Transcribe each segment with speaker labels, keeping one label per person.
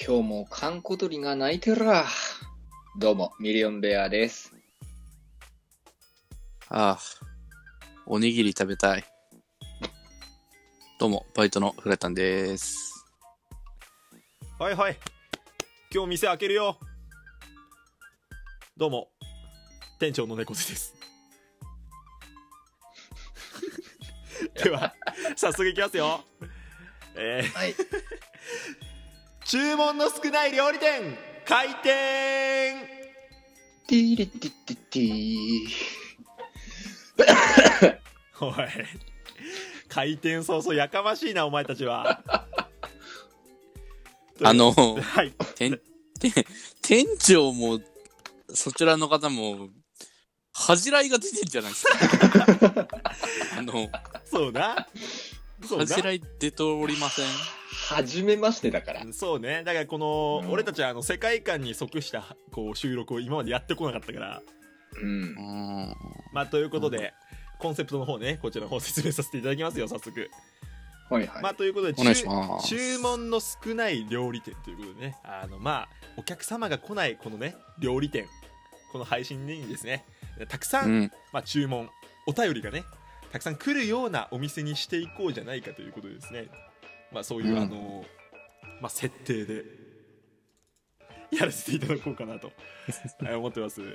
Speaker 1: 今日も閑古鳥が鳴いてるら。どうも、ミリオンベアです。
Speaker 2: ああ、おにぎり食べたい。どうも、バイトのフラタンです。
Speaker 3: はいはい今日店開けるよどうも店長の猫背です では早速いきますよえ
Speaker 1: はい。
Speaker 3: ー、注文の少ない料理店開店
Speaker 1: ティーリティティティ
Speaker 3: おい開店早々やかましいなお前たちは
Speaker 2: あの、
Speaker 3: はい
Speaker 2: てん、て、店長も、そちらの方も、恥じらいが出てるじゃないですか。 あの、
Speaker 3: そうなそう
Speaker 2: 恥
Speaker 3: な
Speaker 2: じらい出ておりません。
Speaker 1: はじめましてだから。
Speaker 3: そうねだからこの、
Speaker 1: うん
Speaker 3: 俺たちはあの世界観に即したこう収録を今までやってこなかったから
Speaker 1: うん
Speaker 2: う。ん。
Speaker 3: まあということで、コンセプトの方ねこちらの方説明させていただきますよ早速、
Speaker 1: はいはい。
Speaker 3: まあということで
Speaker 2: お願いします
Speaker 3: 注注文の少ない料理店ということでねあのまあお客様が来ないこのね料理店この配信にですねたくさ、
Speaker 2: うんん。
Speaker 3: まあ、注文お便りがねたくさん来るようなお店にしていこうじゃないかということでですねまあそういう、
Speaker 2: うん
Speaker 3: あのまあ設定でやらせていただこうかなとはい思ってますはい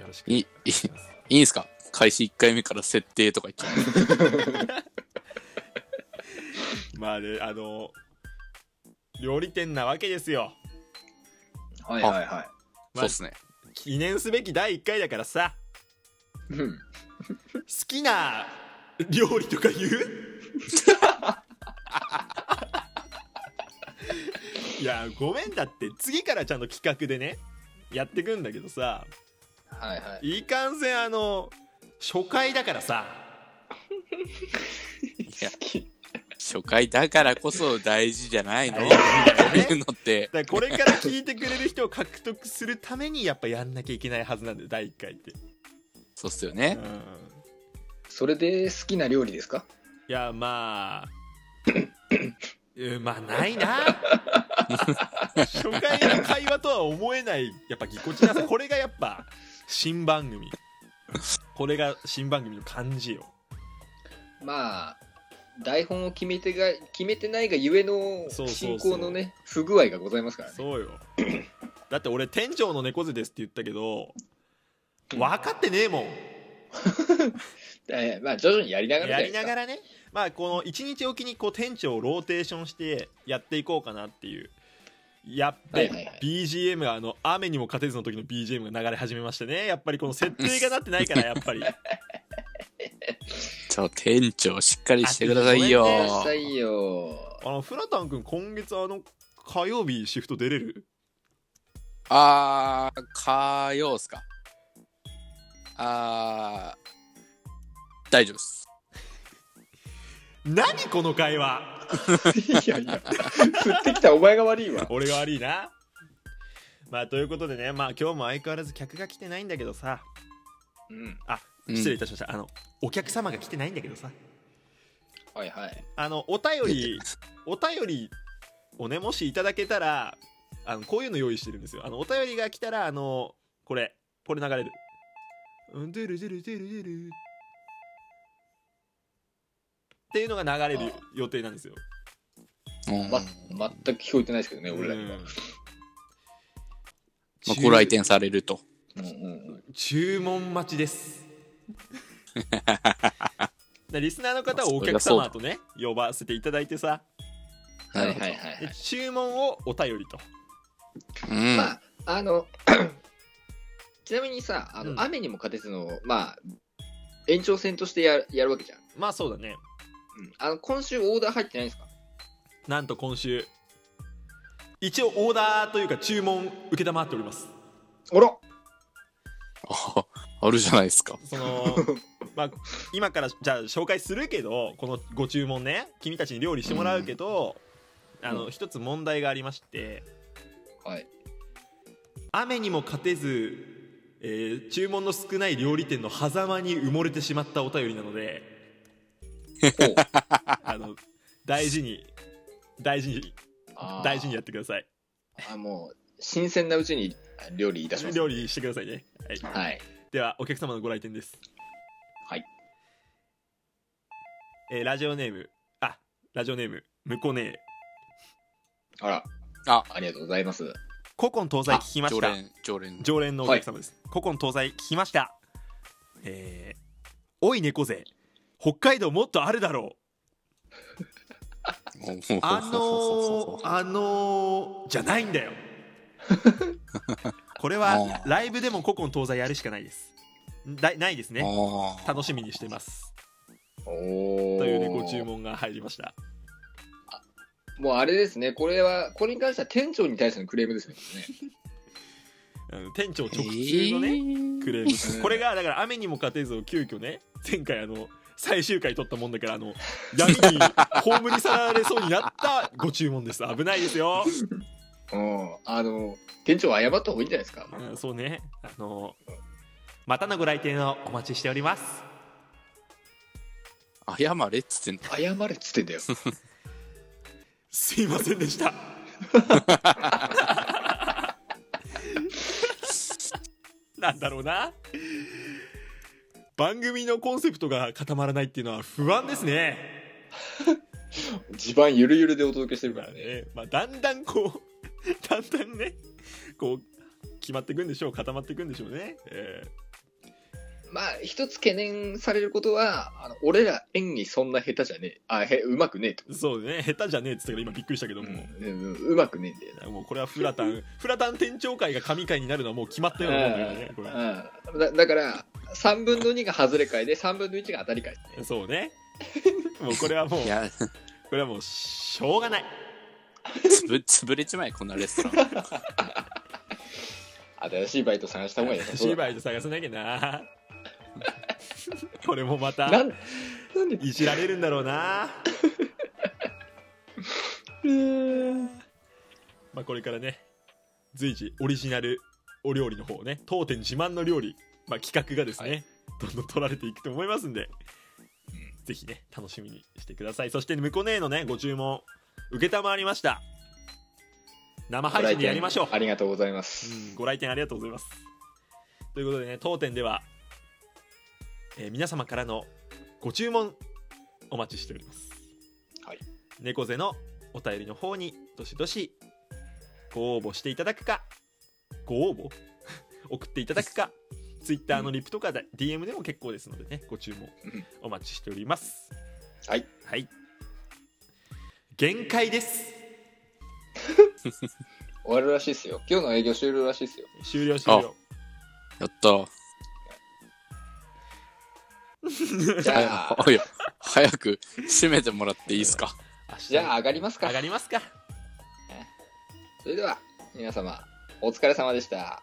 Speaker 3: よろしくお願いします
Speaker 2: いいんすか開始1回目から設定とか言って。
Speaker 3: まあねあの料理店なわけですよ、
Speaker 1: はいはいは
Speaker 3: ま
Speaker 2: そう
Speaker 3: あ
Speaker 2: っすね。
Speaker 3: 記念すべき第1回だからさ
Speaker 1: い。うん。
Speaker 3: 好きな料理とか言ういやごめんだって次からちゃんと企画でねやってくんだけどさ
Speaker 1: はいはい。
Speaker 3: いかんせんあの初回だからさ
Speaker 2: いや、
Speaker 1: 好き。
Speaker 2: 初回だからこそ大事じゃないのこ
Speaker 3: 大
Speaker 2: う
Speaker 3: 事
Speaker 2: いうのって。
Speaker 3: だからこれから聞いてくれる人を獲得するためにやっぱやんなきゃいけないはずなんだよ第1回って、
Speaker 2: そうっすよ
Speaker 3: う
Speaker 2: ね
Speaker 3: ん。、
Speaker 1: それで好きな料理ですか
Speaker 3: いやまあうんまあないな初回の会話とは思えないやっぱぎこちなさこれがやっぱ新番組これが新番組の感じよ
Speaker 1: まあ、台本を決めてが、決めてないがゆえ
Speaker 3: そ
Speaker 1: の
Speaker 3: うそうそ
Speaker 1: 進
Speaker 3: う
Speaker 1: 行のね、不具合がございますからね。
Speaker 3: そうよだって俺店長の猫背ですって言ったけど分かってねえもん
Speaker 1: えーまあ徐々にやりながら
Speaker 3: やりなが
Speaker 1: ら。
Speaker 3: らねまあこの1日おきにこう店長をローテーションしてやっていこうかなっていうやっべ、
Speaker 1: はいはいはい
Speaker 3: BGM があの雨にも勝てずの時の BGM が流れ始めましてねやっぱりこの設定がなって ないからやっぱり
Speaker 2: ちょ、店長しっかりしてくださいよ
Speaker 3: あ。
Speaker 1: やりなさいよ。
Speaker 3: あのフラタン君今月あの火曜日シフト出れる
Speaker 2: あー、火曜っすか。あー、大丈夫っす。
Speaker 3: 何この会話
Speaker 1: いやいや、振ってきたお前が悪いわ。
Speaker 3: 俺が悪いなまあということでねまあ今日も相変わらず客が来てないんだけどさ
Speaker 1: うん。
Speaker 2: うん
Speaker 3: 失礼いたしました、あのお客様が来てないんだけどさ
Speaker 1: はいはい。
Speaker 3: あのお便りお便りをねもしいただけたらあのこういうの用意してるんですよあのお便りが来たらあのこれこれ流れるうんドゥルドゥルドゥルドゥルっていうのが流れる予定なんですよ、
Speaker 2: うん
Speaker 1: ま
Speaker 2: ま、
Speaker 1: 全く聞こえてないですけどね、俺ら
Speaker 3: う
Speaker 1: には
Speaker 3: ん。
Speaker 2: あ、ご来店されると。
Speaker 1: うんうん
Speaker 3: 注文待ちです でリスナーの方をお
Speaker 2: まあ
Speaker 3: 客
Speaker 2: そりゃそうだ
Speaker 3: 様とね呼ばせていただいてさ
Speaker 1: うん。はい
Speaker 2: なる
Speaker 1: はい
Speaker 2: ほ
Speaker 1: はい
Speaker 3: で
Speaker 1: はい。
Speaker 3: 注文をお便りと
Speaker 2: うん。
Speaker 1: まあ、あの、 ちなみにさ、あの、
Speaker 3: うん
Speaker 1: 雨にも勝てずの、まあ、延長戦としてややるわけじゃん。
Speaker 3: まあそうだね
Speaker 1: うん、あの今週オーダー入ってないんですか
Speaker 3: なんと今週一応オーダーというか注文承っております
Speaker 1: あら
Speaker 2: あ あるじゃないですか。
Speaker 3: そ のまあ今からじゃあ紹介するけどこのご注文ね君たちに料理してもらうけど、あ
Speaker 1: う
Speaker 3: の一つ問題がありまして
Speaker 1: はい。
Speaker 3: 雨にも勝てず、えー注文の少ない料理店の狭間に埋もれてしまったお便りなので
Speaker 1: おう
Speaker 3: あの大事に大事に
Speaker 1: あー
Speaker 3: 大事にやってください
Speaker 1: あもう新鮮なうちに料理いたします
Speaker 3: 料理してくださいね、はい、
Speaker 1: はい
Speaker 3: ではお客様のご来店です
Speaker 1: はい
Speaker 3: えーラジオネームあラジオネームむこねえ
Speaker 1: あら
Speaker 2: あ
Speaker 1: ありがとうございます
Speaker 3: 古今東西聞きまし
Speaker 2: 常
Speaker 3: た
Speaker 2: 連、常連。
Speaker 3: 常連のお客様です、古今東西聞きましたえーおい猫背北海道もっとあるだろうあのー、あのー、じゃないんだ よこれはライブでも古今東西やるしかないですだないですね
Speaker 2: あ
Speaker 3: 楽しみにしてますと
Speaker 1: おお
Speaker 3: いうねご注文が入りました
Speaker 1: もうあれですねこれはこれに関しては店長に対してのクレームですねこれね
Speaker 3: あの店長直通のね、
Speaker 2: ー
Speaker 3: クレームです これがだから雨にも勝てずを急遽ね前回あの最終回撮ったもんだからあの闇に葬り去られそうになったご注文です危ないですよ
Speaker 1: うんあの店長は謝った方がいいんじゃないですか
Speaker 3: うんそうねあのまたのご来店をお待ちしております
Speaker 2: 謝れっつってんの
Speaker 1: 謝れっつってん だよ
Speaker 3: すいませんでした なんだろうな番組のコンセプトが固まらないっていうのは不安ですね
Speaker 1: 地盤ゆるゆるでお届けしてるか
Speaker 3: まあ
Speaker 1: らね
Speaker 3: ねまあ、だんだんこう だんだんねこう決まっていくんでしょう固まっていくんでしょうね、え
Speaker 1: まあ一つ懸念されることはあの俺ら演技そんな下手じゃねえあへうまくねえと
Speaker 3: ーそうね下手じゃねえっつったから今びっくりしたけども、
Speaker 1: うんうんうまくねえんだよな
Speaker 3: もうこれはフラタンフラタン店長会が神会になるのはもう決まったようなもんだよねこれ
Speaker 1: うんだだから3分の2が外れ回で3分の1が当たり回
Speaker 3: そうねもうこれはもう
Speaker 2: いや
Speaker 3: これはもうしょうがない
Speaker 2: つぶ 潰れちまえこんなレストラン
Speaker 1: 新しいバイト探した方がいいよ
Speaker 3: シーバイト探さなきゃなこれもま
Speaker 1: な
Speaker 3: た
Speaker 1: んなんで
Speaker 3: いじられるんだろうなまあこれからね随時オリジナルお料理の方をね当店自慢の料理、まあ、企画がですね、
Speaker 1: は
Speaker 3: どんどん取られていくと思いますんで、ぜひね楽しみにしてくださいそして向こうねのねご注文承りました生配信でやりましょう
Speaker 1: ありがとうございます、
Speaker 3: うんご来店ありがとうございます。ということでね、当店では、えー皆様からのご注文お待ちしております。
Speaker 1: はい。
Speaker 3: 猫背のお便りの方に、どしどしご応募していただくか、ご応募 送っていただくか、Twitter のリプとかで DM でも結構ですのでね、ご注文
Speaker 1: うん
Speaker 3: お待ちしております。
Speaker 1: はい。
Speaker 3: はい。限界です。
Speaker 1: 終わるらしいですよ今日の営業終了らしい ですよ
Speaker 3: 終了終了。
Speaker 2: やった
Speaker 1: じゃあ
Speaker 2: はや早く閉めてもらっていい ですか
Speaker 3: 明日
Speaker 1: じゃあ上がりますか
Speaker 3: 上がりますか。
Speaker 1: それでは皆様お疲れ様でした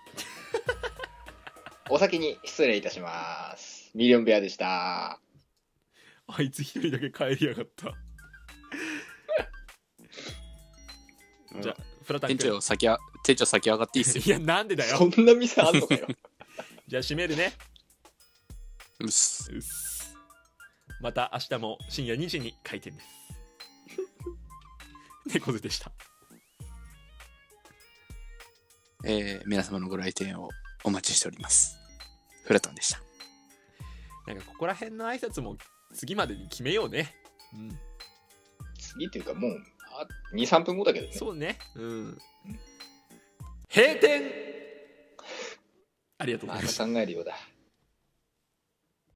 Speaker 1: お先に失礼いたしますミリオンベアでした
Speaker 3: あいつ一人だけ帰りやがった。じゃあ、フラタン
Speaker 2: 店
Speaker 3: 君。
Speaker 2: 長先あ店長先上がっていいっすよ
Speaker 3: いや、なんでだ
Speaker 1: そ
Speaker 3: よ。
Speaker 1: んな店あんのかよ
Speaker 3: じゃあ、閉めるね。
Speaker 2: うっす
Speaker 3: うっすまた明日も深夜2時に開店です。 猫背でした。
Speaker 2: えー皆様のご来店をお待ちしておりますフラタンでした
Speaker 3: なんか、ここら辺の挨拶も次までに決めようね。うん。
Speaker 1: 次っていうかもう23分後だけどね
Speaker 3: そうね。うん。閉店ありがとうご
Speaker 1: ま
Speaker 3: ざい
Speaker 1: た
Speaker 3: ました。
Speaker 1: 考えるようだ